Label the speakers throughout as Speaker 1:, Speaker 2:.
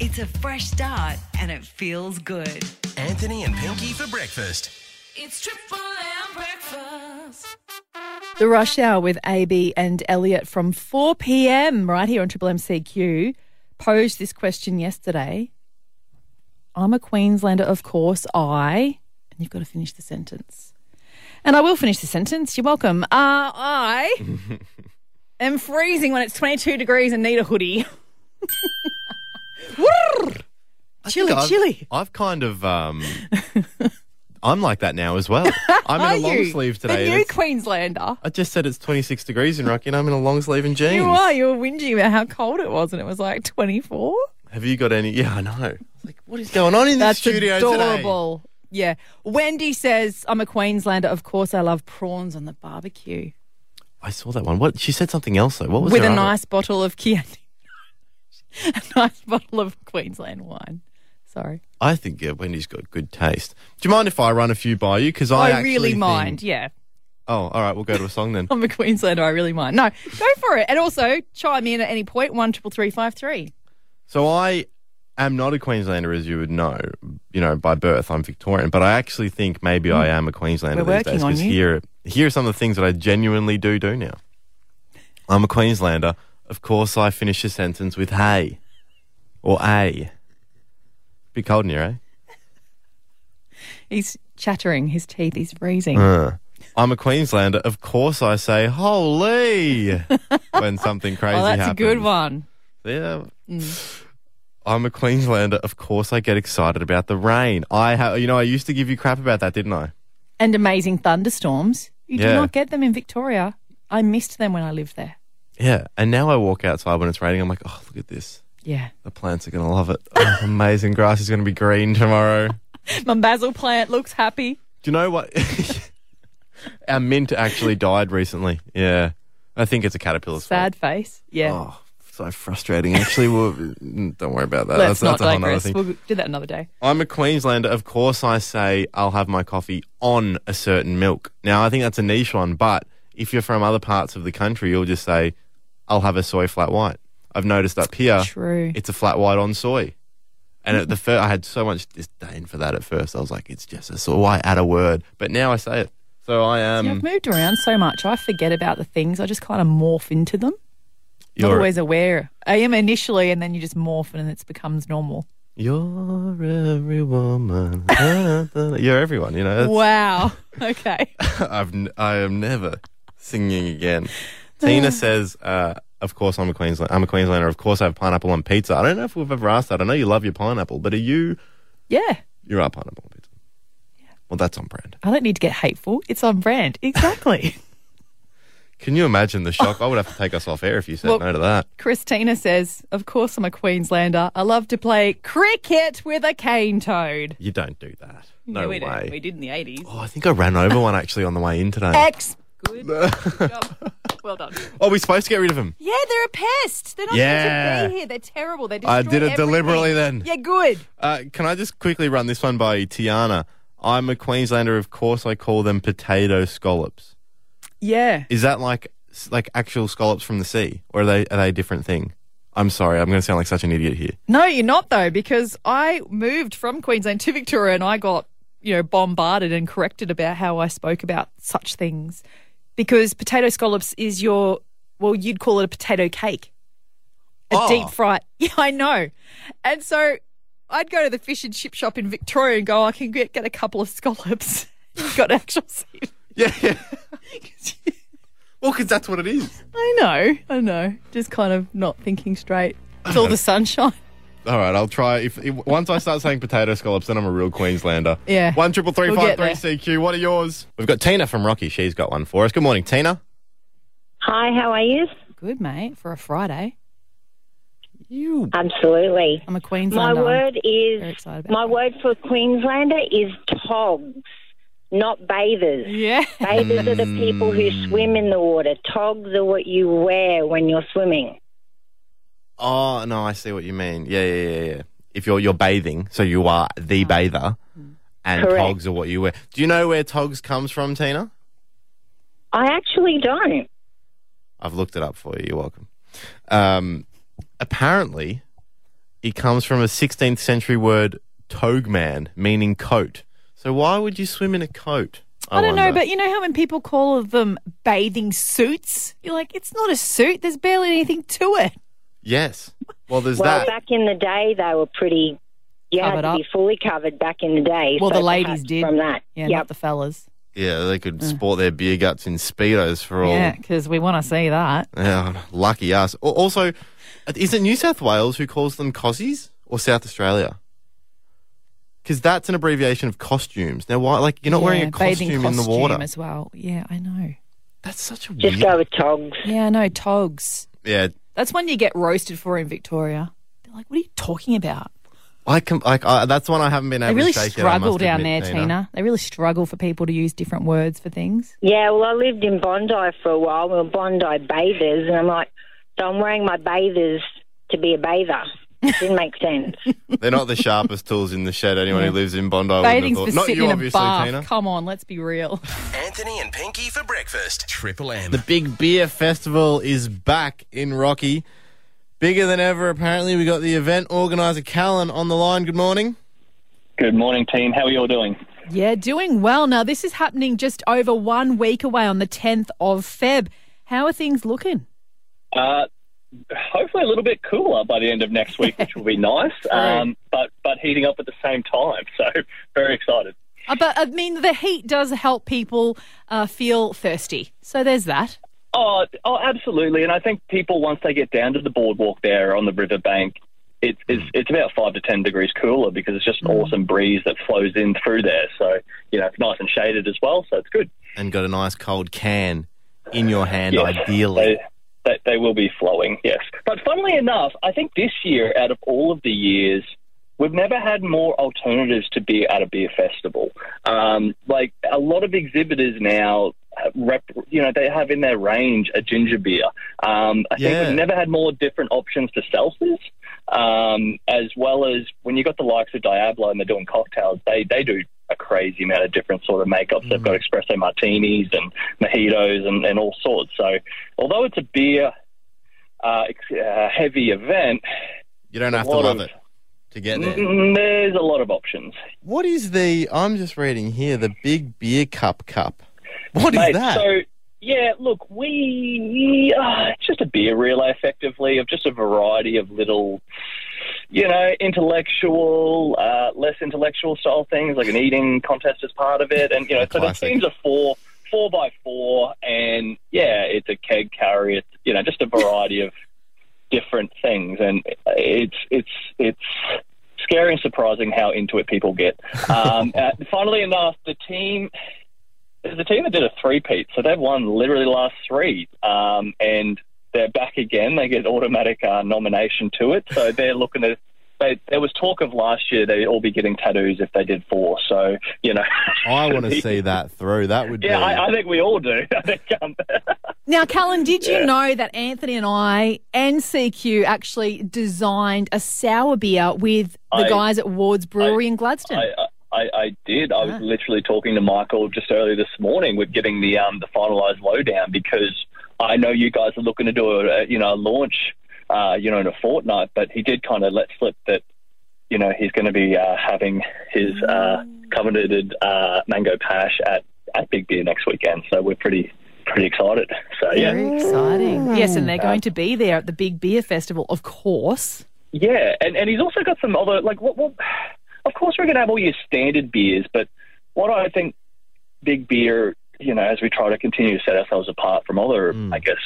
Speaker 1: It's a fresh start and it feels good.
Speaker 2: Anthony and Pinky for breakfast.
Speaker 3: It's Triple M breakfast.
Speaker 4: The rush hour with AB and Elliot from 4 p.m. right here on Triple MCQ posed this question yesterday. I'm a Queenslander, of course. I and you've got to finish the sentence. And I will finish the sentence. You're welcome. Uh, I am freezing when it's 22 degrees and need a hoodie. Whirr. chilly,
Speaker 5: I've,
Speaker 4: chilly.
Speaker 5: I've kind of. Um, I'm like that now as well. I'm
Speaker 4: Are
Speaker 5: in a long
Speaker 4: you
Speaker 5: sleeve
Speaker 4: The
Speaker 5: today. and
Speaker 4: new
Speaker 5: it's-
Speaker 4: Queenslander.
Speaker 5: I just said it's 26 degrees in Rocky, and I'm in a long sleeve and jeans.
Speaker 4: You are. You were whinging about how cold it was, and it was like 24.
Speaker 5: Have you got any? Yeah, I know. I was like, what is going on in
Speaker 4: That's
Speaker 5: this studio
Speaker 4: adorable. Yeah. Wendy says, I'm a Queenslander. Of course, I love prawns on the barbecue
Speaker 5: today? I saw that one. What? She said something else though. What was
Speaker 4: with
Speaker 5: her
Speaker 4: a
Speaker 5: other-
Speaker 4: nice bottle of Chianti. a nice bottle of Queensland wine. Sorry.
Speaker 5: I think yeah, Wendy's got good taste. Do you mind if I run a few by you? Because I,
Speaker 4: I,
Speaker 5: actually
Speaker 4: really
Speaker 5: think-
Speaker 4: mind. Yeah.
Speaker 5: Oh, all right. We'll go to a song then.
Speaker 4: I'm a Queenslander. I really mind. No, go for it. And also, chime in at any point, 133353.
Speaker 5: So I am not a Queenslander, as you would know. You know, by birth, I'm Victorian, but I actually think maybe I am a Queenslander
Speaker 4: Hmm. We're
Speaker 5: these days
Speaker 4: working on you.
Speaker 5: here, here are some of the things that I genuinely do do now. I'm a Queenslander. Of course, I finish a sentence with "hey" or "a." Bit cold in here, eh?
Speaker 4: He's chattering his teeth. He's freezing.
Speaker 5: Uh, I'm a Queenslander. Of course, I say "holy" when something crazy
Speaker 4: oh, that's
Speaker 5: happens.
Speaker 4: a good one.
Speaker 5: Yeah.
Speaker 4: Mm.
Speaker 5: I'm a Queenslander. Of course, I get excited about the rain. I ha- you know, I used to give you crap about that, didn't I?
Speaker 4: And amazing thunderstorms. You do
Speaker 5: Yeah.
Speaker 4: not get them in Victoria. I missed them when I lived there.
Speaker 5: Yeah. And now I walk outside when it's raining. I'm like, oh, look at this.
Speaker 4: Yeah.
Speaker 5: The plants are going to love it. Oh, amazing grass is going to be green tomorrow. Do
Speaker 4: My basil plant looks happy.
Speaker 5: you know what? Our mint actually died recently. Yeah. I think it's a caterpillar's
Speaker 4: Sad face. Yeah.
Speaker 5: fault. Oh, so frustrating. Actually, we'll, don't worry about that.
Speaker 4: Let's
Speaker 5: Uh,
Speaker 4: not
Speaker 5: that's, that's a whole nother
Speaker 4: digress.
Speaker 5: thing.
Speaker 4: We'll do that another day.
Speaker 5: I'm a Queenslander. Of course, I say I'll have my coffee on a certain milk. Now, I think that's a niche one, but if you're from other parts of the country, you'll just say, I'll have a soy flat white. I've noticed up here,
Speaker 4: True.
Speaker 5: it's a flat white on soy. And at the first, I had so much disdain for that at first. I was like, it's just a soy. Why add a word? But now I say it. So I
Speaker 4: Yeah, I've
Speaker 5: am.
Speaker 4: moved around so much. I forget about the things. I just kind of morph into them. Not
Speaker 5: You're,
Speaker 4: always aware. I am initially, and then you just morph and it becomes normal.
Speaker 5: you're every woman. you're everyone, you know.
Speaker 4: Wow. okay.
Speaker 5: I've n- I am never singing again. Tina says, uh, "Of course, I'm a Queenslander. I'm a Queenslander. Of course, I have pineapple on pizza. I don't know if we've ever asked that. I know you love your pineapple, but are you
Speaker 4: Yeah.
Speaker 5: you are pineapple on pizza? Well, that's on brand.
Speaker 4: I don't need to get hateful. It's on brand. Exactly.
Speaker 5: Can you imagine the shock? I would have to take us off air if you said
Speaker 4: Well-
Speaker 5: no to that.
Speaker 4: Christina says, Of course, I'm a Queenslander. I love to play cricket with a cane toad.
Speaker 5: You don't do that. No
Speaker 4: Yeah, we
Speaker 5: way.
Speaker 4: Did. We did in the 80s.
Speaker 5: Oh, I think I ran over one actually on the way in today.
Speaker 4: Ex. Good job. Well done.
Speaker 5: Oh, we're supposed to get rid of him.
Speaker 4: Yeah, they're a pest. They're not
Speaker 5: Yeah.
Speaker 4: meant to be here. They're terrible. They destroy
Speaker 5: I did it
Speaker 4: everything.
Speaker 5: deliberately then.
Speaker 4: Yeah, good.
Speaker 5: Uh, can I just quickly run this one by Tiana? I'm a Queenslander. Of course, I call them potato scallops.
Speaker 4: Yeah.
Speaker 5: Is that like like actual scallops from the sea, or are they are they a different thing? I'm sorry, I'm going to sound like such an idiot here.
Speaker 4: No, you're not though, because I moved from Queensland to Victoria and I got, you know, bombarded and corrected about how I spoke about such things. Because potato scallops is your well, you'd call it a potato cake. A
Speaker 5: Oh.
Speaker 4: deep fried. Yeah, I know. And so I'd go to the fish and chip shop in Victoria and go, I can get, get a couple of scallops. You've got actual seafood.
Speaker 5: Yeah, yeah. well, because that's what it is.
Speaker 4: I know, I know. Just kind of not thinking straight. It's all the sunshine.
Speaker 5: All right, I'll try. If, if once I start saying potato scallops, then I'm a real Queenslander.
Speaker 4: Yeah.
Speaker 5: One triple three
Speaker 4: We'll
Speaker 5: five
Speaker 4: get
Speaker 5: three CQ. What are yours? We've got Tina from Rocky. She's got one for us. Good morning, Tina.
Speaker 6: Hi, how are you?
Speaker 4: Good, mate, for a Friday.
Speaker 5: You.
Speaker 6: Absolutely.
Speaker 4: I'm a
Speaker 6: My
Speaker 4: Queenslander.
Speaker 6: word
Speaker 4: Very
Speaker 6: is
Speaker 4: excited about
Speaker 6: my
Speaker 4: that.
Speaker 6: word for Queenslander is togs, not bathers.
Speaker 4: Yeah.
Speaker 6: Bathers are the people who swim in the water. Togs are what you wear when you're swimming.
Speaker 5: Oh no, I see what you mean. Yeah, yeah, yeah, yeah. If you're you're bathing, so you are the
Speaker 4: Mm.
Speaker 5: bather, and
Speaker 6: Correct.
Speaker 5: togs are what you wear. Do you know where togs comes from, Tina?
Speaker 6: I actually don't.
Speaker 5: I've looked it up for you. You're welcome. Um, apparently, It comes from a 16th century word togman, meaning coat. So why would you swim in a coat?
Speaker 4: I don't know,
Speaker 5: wonder?
Speaker 4: but you know how when people call them bathing suits, you're like, it's not a suit. There's barely anything to it.
Speaker 5: yes. Well, there's
Speaker 6: Well,
Speaker 5: that.
Speaker 6: back in the day, they were pretty. You
Speaker 4: Covered
Speaker 6: had to
Speaker 4: up.
Speaker 6: be fully covered back in the day.
Speaker 4: Well,
Speaker 6: so
Speaker 4: the ladies
Speaker 6: perhaps
Speaker 4: did.
Speaker 6: From that.
Speaker 4: Yeah,
Speaker 6: yep.
Speaker 4: not the fellas.
Speaker 5: yeah, they could sport their beer guts in speedos for all.
Speaker 4: Mm. Yeah, because we want to see that.
Speaker 5: Yeah, lucky us. Al- Also, is it New South Wales who calls them cosies or South Australia? Because that's an abbreviation of costumes. Now, why? Like, you're not wearing
Speaker 4: Yeah,
Speaker 5: a
Speaker 4: bathing
Speaker 5: costume, in the
Speaker 4: costume
Speaker 5: water.
Speaker 4: as well. Yeah, I know.
Speaker 5: That's such a
Speaker 6: Just
Speaker 5: weird.
Speaker 6: go with togs.
Speaker 4: Yeah, I know. Togs.
Speaker 5: yeah,
Speaker 4: That's one you get roasted for in Victoria. They're like, what are you talking about?
Speaker 5: I can. Like, I, that's one I haven't been able
Speaker 4: They really
Speaker 5: to shake yet, I
Speaker 4: struggle
Speaker 5: must
Speaker 4: down
Speaker 5: admit,
Speaker 4: there, Tina. They really struggle for people to use different words for things.
Speaker 6: Yeah, well, I lived in Bondi for a while. We were Bondi bathers, and I'm like, so I'm wearing my bathers to be a bather. Didn't make sense.
Speaker 5: They're not the sharpest tools in the shed. Anyone who lives in Bondi would have
Speaker 4: Bathing's for
Speaker 5: thought. Not
Speaker 4: sitting
Speaker 5: you,
Speaker 4: in a
Speaker 5: obviously,
Speaker 4: bath.
Speaker 5: Tina.
Speaker 4: Come on, let's be real.
Speaker 2: Anthony and Pinky for breakfast. Triple M.
Speaker 5: The Big Beer Festival is back in Rocky. Bigger than ever, apparently. We got the event organizer, Callan, on the line. Good morning.
Speaker 7: Good morning, team. How are you all doing?
Speaker 4: yeah, doing well. Now, this is happening just over one week away on the 10th of Feb. How are things looking?
Speaker 7: Uh, hopefully, a little bit cooler by the end of next week, which will be nice. Um, but but heating up at the same time, so very excited.
Speaker 4: Uh, But I mean, the heat does help people uh, feel thirsty. So there's that.
Speaker 7: Oh, oh, absolutely. And I think people once they get down to the boardwalk there on the riverbank, it's it's, it's about five to ten degrees cooler because it's just an awesome breeze that flows in through there. So you know it's nice and shaded as well, so it's good.
Speaker 5: and got a nice cold can in your hand,
Speaker 7: Yes,
Speaker 5: ideally.
Speaker 7: They, they, they will be flowing, yes. But funnily enough, I think this year, out of all of the years, we've never had more alternatives to beer at a beer festival. Um, like a lot of exhibitors now. uh, Rep, you know they have in their range a ginger beer. Um, I think
Speaker 5: Yeah.
Speaker 7: we've never had more different options to seltzers, um, as well as when you got the likes of Diablo and they're doing cocktails. They they do a crazy amount of different sort of makeups. They've got espresso martinis and mojitos and, and all sorts. So although it's a beer uh, ex- uh, heavy event,
Speaker 5: You don't have to
Speaker 7: lot
Speaker 5: love
Speaker 7: of-
Speaker 5: it to get there.
Speaker 7: mm, there's a lot of options.
Speaker 5: What is the? I'm just reading here the big beer cup cup. What is
Speaker 7: Mate,
Speaker 5: that?
Speaker 7: So yeah, look, we uh, it's just a beer relay, effectively, of just a variety of little, you know, intellectual, uh, less intellectual style things, like an eating contest as part of it, and you know, so the
Speaker 5: Classic.
Speaker 7: teams are four. Four by four, and yeah, it's a keg carry. It's you know just a variety of different things, and it's it's it's scary and surprising how into it people get. Um, uh, funnily enough, the team there's a team that did a three-peat, so they've won literally the last three, um, and they're back again. They get automatic uh, nomination to it, so they're looking at. They, there was talk of last year they'd all be getting tattoos if they did four. So you know,
Speaker 5: I want to see that through. That would
Speaker 7: yeah,
Speaker 5: be.
Speaker 7: I, I think we all do. I think, um,
Speaker 4: Now, Callan, did you know that Anthony and I and CQ actually designed a sour beer with the
Speaker 7: I-
Speaker 4: guys at Ward's Brewery in Gladstone?
Speaker 7: I, I, I did. I was literally talking to Michael just earlier this morning with getting the um, the finalised lowdown because I know you guys are looking to do a, a you know a launch uh, you know in a fortnight, but he did kind of let slip that you know he's going to be uh, having his uh, coveted uh, mango pash at at Big Beer next weekend, so we're pretty pretty excited. So yeah.
Speaker 4: Very exciting. Yes, and they're going to be there at the Big Beer Festival, of course.
Speaker 7: Yeah, and, and he's also got some other like what, what of course we're gonna have all your standard beers, but what I think big beer, you know, as we try to continue to set ourselves apart from other I guess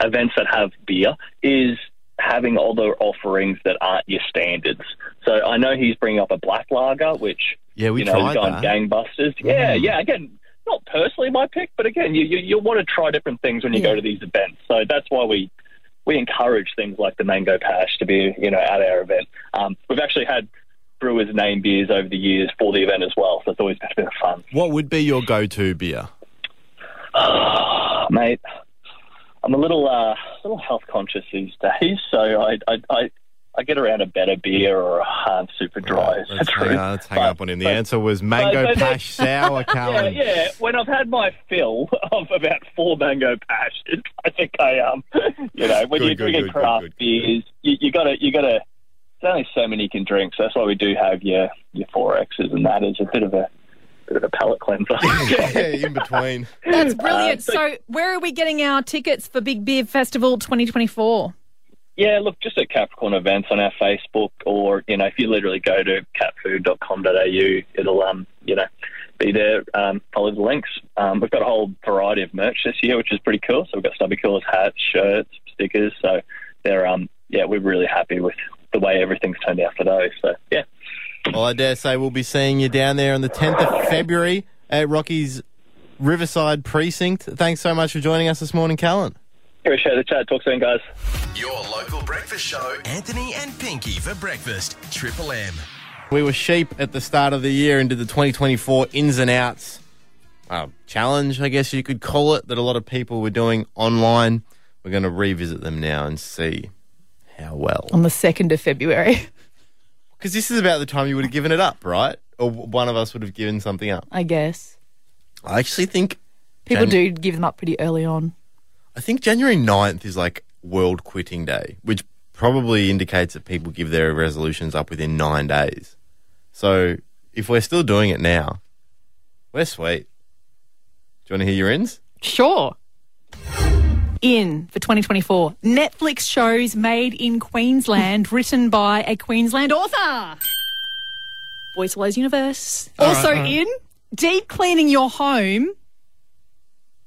Speaker 7: events that have beer is having other offerings that aren't your standards. So I know he's bringing up a black lager, which
Speaker 5: Yeah, we
Speaker 7: you know,
Speaker 5: tried
Speaker 7: has gone
Speaker 5: that.
Speaker 7: gangbusters. Yeah, yeah. Again, not personally my pick, but again, you you, you want to try different things when you go to these events. So that's why we we encourage things like the mango pash to be you know at our event. Um, we've actually had brewers name beers over the years for the event as well, so it's always been a bit of fun.
Speaker 5: What would be your go-to beer?
Speaker 7: Oh, mate, I'm a little uh, little health conscious these days, so I I. I I get around a better beer or a hard super dry. is the
Speaker 5: Let's uh, hang,
Speaker 7: truth.
Speaker 5: on, let's hang
Speaker 7: But-
Speaker 5: up on him. The
Speaker 7: but-
Speaker 5: answer was mango
Speaker 7: but- but-
Speaker 5: pash sour,
Speaker 7: Yeah,
Speaker 5: Callan.
Speaker 7: yeah. When I've had my fill of about four mango pashes, I think I um, you know, when
Speaker 5: Good,
Speaker 7: you're
Speaker 5: good,
Speaker 7: drinking
Speaker 5: good, good,
Speaker 7: craft
Speaker 5: good, good.
Speaker 7: beers, you, you gotta you gotta there's only so many you can drink, so that's why we do have your your four X's and that is a bit of a bit of a palate cleanser.
Speaker 5: yeah, in between.
Speaker 4: That's brilliant. so, where are we getting our tickets for Big Beer Festival 2024?
Speaker 7: Yeah, look, just at Capricorn Events on our Facebook, or you know, if you literally go to catfood.com.au, it'll um, you know, be there. Um, follow the links. Um, we've got a whole variety of merch this year, which is pretty cool. So we've got Stubby Coolers hats, shirts, stickers. So they're um, yeah, we're really happy with the way everything's turned out for those. So yeah,
Speaker 5: Well, I dare say we'll be seeing you down there on the 10th of February at Rocky's Riverside Precinct. Thanks so much for joining us this morning, Callan.
Speaker 7: appreciate the chat. Talk soon, guys.
Speaker 2: Your local breakfast show, Anthony and Pinky for breakfast. Triple M.
Speaker 5: We were sheep at the start of the year and did the 2024 ins and outs uh, challenge, I guess you could call it, that a lot of people were doing online. We're going to revisit them now and see how well.
Speaker 4: On the 2nd of February.
Speaker 5: Because this is about the time you would have given it up, right? Or w- one of us would have given something up.
Speaker 4: I guess.
Speaker 5: I actually think
Speaker 4: People
Speaker 5: Jan-
Speaker 4: do give them up pretty early on.
Speaker 5: I think January 9th is like World Quitting Day, which probably indicates that people give their resolutions up within nine days. So if we're still doing it now, we're sweet. Do you want to hear your ins?
Speaker 4: Sure. In for 2024, Netflix shows made in Queensland, written by a Queensland author. Boys Follows Universe. also in deep cleaning your home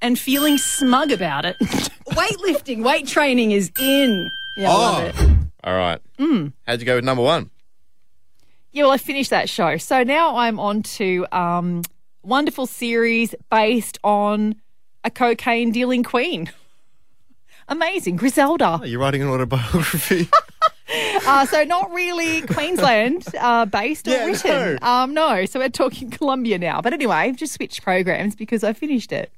Speaker 4: and feeling smug about it.
Speaker 8: Weightlifting, weight training is in. Yeah, I love it.
Speaker 5: All right. How'd you go with number one?
Speaker 4: Yeah, well, I finished that show. So now I'm on to um, wonderful series based on a cocaine dealing queen. Amazing, Griselda.
Speaker 5: Oh, You're writing an autobiography.
Speaker 4: Uh, so not really Queensland uh, based or
Speaker 5: Yeah,
Speaker 4: written.
Speaker 5: no.
Speaker 4: Um, no, so we're talking Colombia now. But anyway, I've just switched programs because I finished it.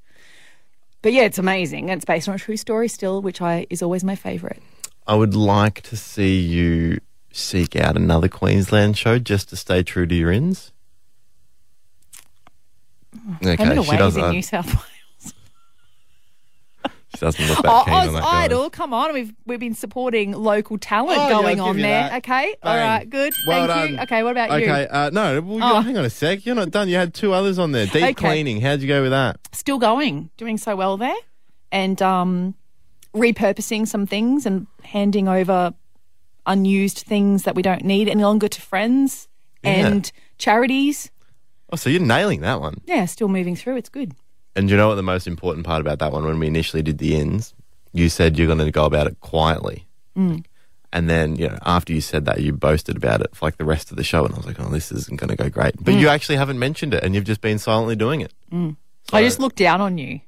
Speaker 4: But yeah, it's amazing. It's based on a true story still, which I is always my favourite.
Speaker 5: I would like to see you seek out another Queensland show just to stay true to your ins. Okay,
Speaker 4: Home and
Speaker 5: she
Speaker 4: Away is
Speaker 5: doesn't,
Speaker 4: in New South Wales.
Speaker 5: she doesn't look that
Speaker 4: Oh,
Speaker 5: keen on
Speaker 4: Oz
Speaker 5: that guy.
Speaker 4: Idol, come on. We've we've been supporting local talent
Speaker 5: Oh, yeah,
Speaker 4: going
Speaker 5: I'll
Speaker 4: on
Speaker 5: give you
Speaker 4: there.
Speaker 5: that.
Speaker 4: Okay. All
Speaker 5: Bang.
Speaker 4: right, good.
Speaker 5: Well
Speaker 4: Thank you.
Speaker 5: done.
Speaker 4: Okay, what about
Speaker 5: okay,
Speaker 4: you?
Speaker 5: uh, no, well,
Speaker 4: Oh.
Speaker 5: you're, hang on a sec. You're not done. You had two others on there. Deep
Speaker 4: Okay.
Speaker 5: cleaning. How'd you go with that?
Speaker 4: Still going, doing so well there. And um repurposing some things and handing over unused things that we don't need any longer to friends and charities.
Speaker 5: Oh, so you're nailing that one.
Speaker 4: Yeah, still moving through. It's good.
Speaker 5: And you know what the most important part about that one when we initially did the ins, you said you're going to go about it quietly.
Speaker 4: Mm.
Speaker 5: And then, you know, after you said that, you boasted about it for like the rest of the show. And I was like, oh, this isn't going to go great. But
Speaker 4: Mm.
Speaker 5: you actually haven't mentioned it and you've just been silently doing it.
Speaker 4: I just look down on you,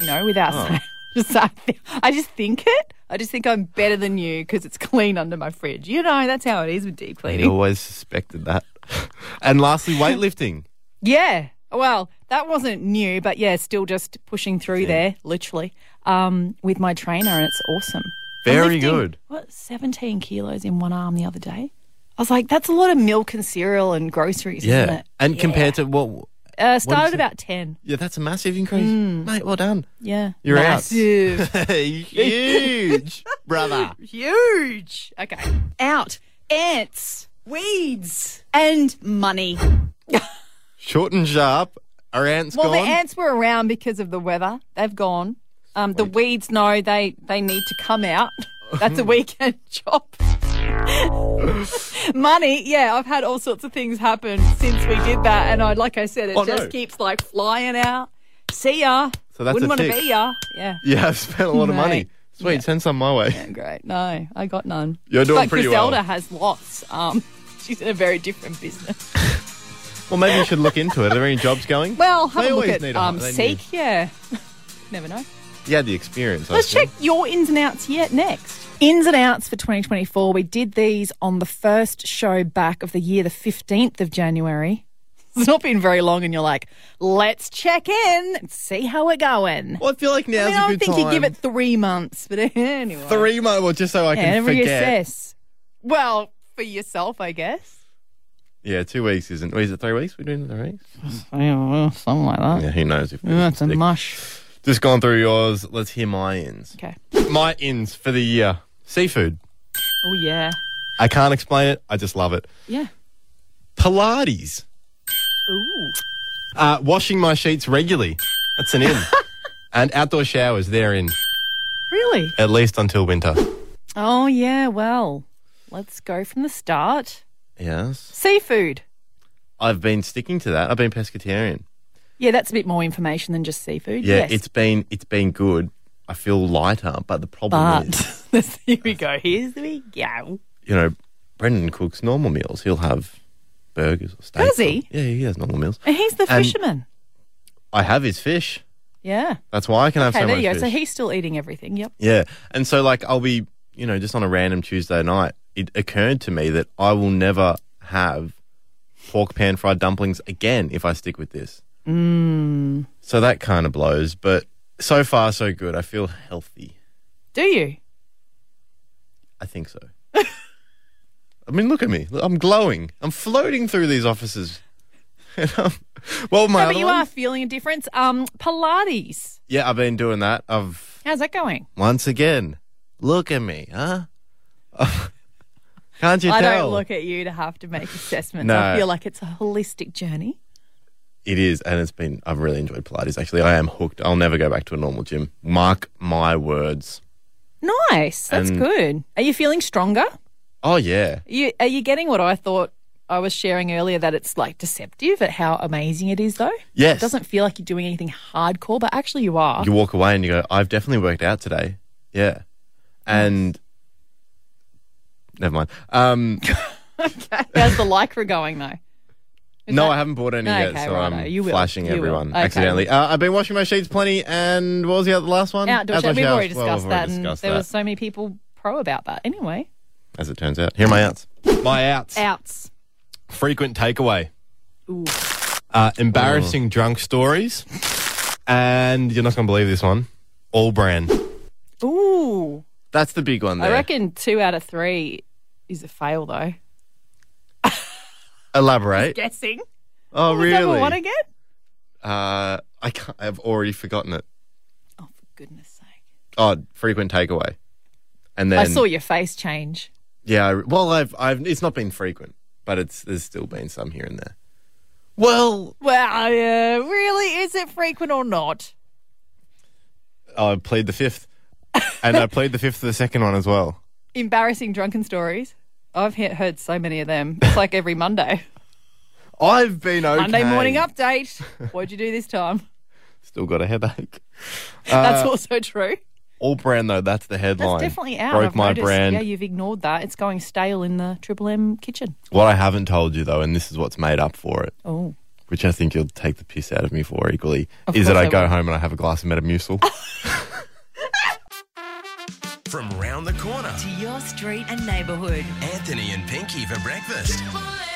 Speaker 4: you know, without
Speaker 5: Oh.
Speaker 4: saying. Just, I, thi- I just think it. I just think I'm better than you because it's clean under my fridge. You know, that's how it is with deep
Speaker 5: I
Speaker 4: cleaning.
Speaker 5: always suspected that. and lastly, weightlifting.
Speaker 4: Yeah. Well, that wasn't new, but yeah, still just pushing through there, literally, um, with my trainer, and it's awesome. I'm
Speaker 5: Very
Speaker 4: lifting,
Speaker 5: good.
Speaker 4: What, 17 kilos in one arm the other day? I was like, that's a lot of milk and cereal and groceries, isn't
Speaker 5: Yeah.
Speaker 4: it?
Speaker 5: And compared to what?
Speaker 4: Uh, started
Speaker 5: think?
Speaker 4: about 10.
Speaker 5: Yeah, that's a massive increase. Mate, well done.
Speaker 4: Mm. Yeah.
Speaker 5: You're out.
Speaker 4: Massive.
Speaker 5: Huge, brother.
Speaker 4: Huge. Okay. Out. Ants, weeds, and money.
Speaker 5: Short and sharp. Are ants
Speaker 4: Well,
Speaker 5: gone?
Speaker 4: the ants were around because of the weather. They've gone. Um, the weeds, no, they they need to come out. That's a weekend job. Money, yeah, I've had all sorts of things happen since we did that, and I, like I said, it
Speaker 5: Oh, no.
Speaker 4: just keeps like flying out. See ya.
Speaker 5: So that's
Speaker 4: Wouldn't
Speaker 5: a
Speaker 4: want to
Speaker 5: tick.
Speaker 4: be ya. Yeah.
Speaker 5: Yeah, I've spent a lot of money.
Speaker 4: Mate.
Speaker 5: Sweet, send some my way.
Speaker 4: Great. No, I got none.
Speaker 5: You're doing
Speaker 4: but
Speaker 5: pretty
Speaker 4: Griselda
Speaker 5: well.
Speaker 4: has lots. Um, she's in a very different business.
Speaker 5: Well, maybe you should look into it. Are there any jobs going?
Speaker 4: Well, have
Speaker 5: They
Speaker 4: a look
Speaker 5: always
Speaker 4: at
Speaker 5: need a-
Speaker 4: um,
Speaker 5: they need-
Speaker 4: Seek. Yeah. Never know.
Speaker 5: You had the experience. I
Speaker 4: Let's
Speaker 5: assume.
Speaker 4: check your ins and outs yet next. Ins and outs for 2024. We did these on the first show back of the year, the 15th of January. It's not been very long, and you're like, let's check in and see how we're going.
Speaker 5: Well, I feel like
Speaker 4: I
Speaker 5: now's
Speaker 4: mean, I
Speaker 5: a good
Speaker 4: think
Speaker 5: time.
Speaker 4: you give it three months, but anyway.
Speaker 5: three months, well, just so I
Speaker 4: Yeah,
Speaker 5: can forget.
Speaker 4: reassess. Well, for yourself, I guess.
Speaker 5: Yeah, two weeks isn't. Wait, is it three weeks? We're doing three weeks.
Speaker 4: something like that.
Speaker 5: Yeah, who knows if
Speaker 4: That's a
Speaker 5: stick.
Speaker 4: mush.
Speaker 5: just gone through yours. Let's hear my ins.
Speaker 4: Okay.
Speaker 5: My ins for the year: seafood.
Speaker 4: Oh, yeah.
Speaker 5: I can't explain it. I just love it.
Speaker 4: Yeah.
Speaker 5: Pilates.
Speaker 4: Ooh.
Speaker 5: Uh, washing my sheets regularly. That's an in. and outdoor showers, they're in.
Speaker 4: Really?
Speaker 5: At least until winter.
Speaker 4: Oh, yeah. Well, let's go from the start.
Speaker 5: Yes.
Speaker 4: Seafood.
Speaker 5: I've been sticking to that. I've been pescatarian.
Speaker 4: Yeah, that's a bit more information than just seafood.
Speaker 5: Yeah,
Speaker 4: yes.
Speaker 5: it's been it's been good. I feel lighter, but the problem is,
Speaker 4: But Let's- here we go. Here's the go.
Speaker 5: you know, Brendan cooks normal meals. He'll have burgers or steaks.
Speaker 4: Does he?
Speaker 5: Or, yeah, he has normal meals.
Speaker 4: And he's the
Speaker 5: And-
Speaker 4: fisherman.
Speaker 5: I have his fish.
Speaker 4: Yeah.
Speaker 5: That's why I can have
Speaker 4: Okay,
Speaker 5: so
Speaker 4: there
Speaker 5: much
Speaker 4: you go.
Speaker 5: fish.
Speaker 4: So he's still eating everything. Yep.
Speaker 5: Yeah. And so, like, I'll be, you know, just on a random Tuesday night, it occurred to me that I will never have pork pan fried dumplings again if I stick with this. Mm. So that kind of blows. But so far, so good. I feel healthy.
Speaker 4: Do you?
Speaker 5: I think so. I mean, look at me. Look, I'm glowing. I'm floating through these offices. And I'm, well, my
Speaker 4: No, but
Speaker 5: other
Speaker 4: you
Speaker 5: one-
Speaker 4: are feeling a difference. Um, Pilates.
Speaker 5: yeah, I've been doing that. I've
Speaker 4: How's that going?
Speaker 5: Once again, look at me, huh? Can't you
Speaker 4: I
Speaker 5: tell?
Speaker 4: don't look at you to have to make assessments.
Speaker 5: No.
Speaker 4: I feel like it's a holistic journey.
Speaker 5: It is, and it's been. I've really enjoyed Pilates. Actually, I am hooked. I'll never go back to a normal gym. Mark my words.
Speaker 4: Nice. That's
Speaker 5: And-
Speaker 4: good. Are you feeling stronger?
Speaker 5: Oh yeah,
Speaker 4: You are you getting what I thought I was sharing earlier that it's like deceptive at how amazing it is though?
Speaker 5: yes.
Speaker 4: It doesn't feel like you're doing anything hardcore, but actually you are.
Speaker 5: you walk away and you go, I've definitely worked out today. Yeah, and never mind. Um,
Speaker 4: How's the lycra going though?
Speaker 5: no, I haven't bought any
Speaker 4: No,
Speaker 5: yet,
Speaker 4: okay,
Speaker 5: so
Speaker 4: righto.
Speaker 5: I'm
Speaker 4: You will.
Speaker 5: flashing
Speaker 4: You will.
Speaker 5: everyone
Speaker 4: Okay.
Speaker 5: accidentally. Uh, I've been washing my sheets plenty, and what was the other last one?
Speaker 4: Outdoor show. We've
Speaker 5: showers.
Speaker 4: already
Speaker 5: Well,
Speaker 4: discussed
Speaker 5: we've
Speaker 4: that
Speaker 5: already
Speaker 4: and
Speaker 5: discussed
Speaker 4: there
Speaker 5: that.
Speaker 4: were so many people pro about that. Anyway.
Speaker 5: as it turns out. Here are my outs. My outs.
Speaker 4: Outs.
Speaker 5: Frequent takeaway. Uh, embarrassing drunk stories. And you're not going to believe this one. All brand.
Speaker 4: Ooh.
Speaker 5: That's the big one there.
Speaker 4: I reckon two out of three is a fail though.
Speaker 5: Elaborate.
Speaker 4: Guessing.
Speaker 5: Oh,
Speaker 4: Is that
Speaker 5: really?
Speaker 4: one again?
Speaker 5: uh, I can't, I've already forgotten it.
Speaker 4: Oh for goodness sake.
Speaker 5: Oh, frequent takeaway. And then
Speaker 4: I saw your face change.
Speaker 5: Yeah. I, well, I've, I've, it's not been frequent, but it's, there's still been some here and there. Well,
Speaker 4: Well, yeah, really, is it frequent or not?
Speaker 5: I played the fifth. and I played the fifth of the second one as well.
Speaker 4: Embarrassing drunken stories. I've he- heard so many of them. It's like every Monday.
Speaker 5: I've been okay.
Speaker 4: Monday morning update. What'd you do this time?
Speaker 5: Still got a headache. Uh,
Speaker 4: That's also true.
Speaker 5: All brand though, that's the
Speaker 4: That's
Speaker 5: headline.
Speaker 4: definitely out.
Speaker 5: Broke
Speaker 4: I've
Speaker 5: my
Speaker 4: noticed.
Speaker 5: brand.
Speaker 4: Yeah, you've ignored that. It's going stale in the Triple M kitchen.
Speaker 5: What I haven't told you though, and this is what's made up for it,
Speaker 4: Oh.
Speaker 5: which I think you'll take the piss out of me for equally,
Speaker 4: Of
Speaker 5: is that
Speaker 4: course
Speaker 5: I
Speaker 4: I
Speaker 5: go
Speaker 4: will.
Speaker 5: home and I have a glass of Metamucil.
Speaker 2: From round the corner,
Speaker 1: To your street and neighborhood.
Speaker 2: Anthony and Pinky for breakfast.
Speaker 3: Triple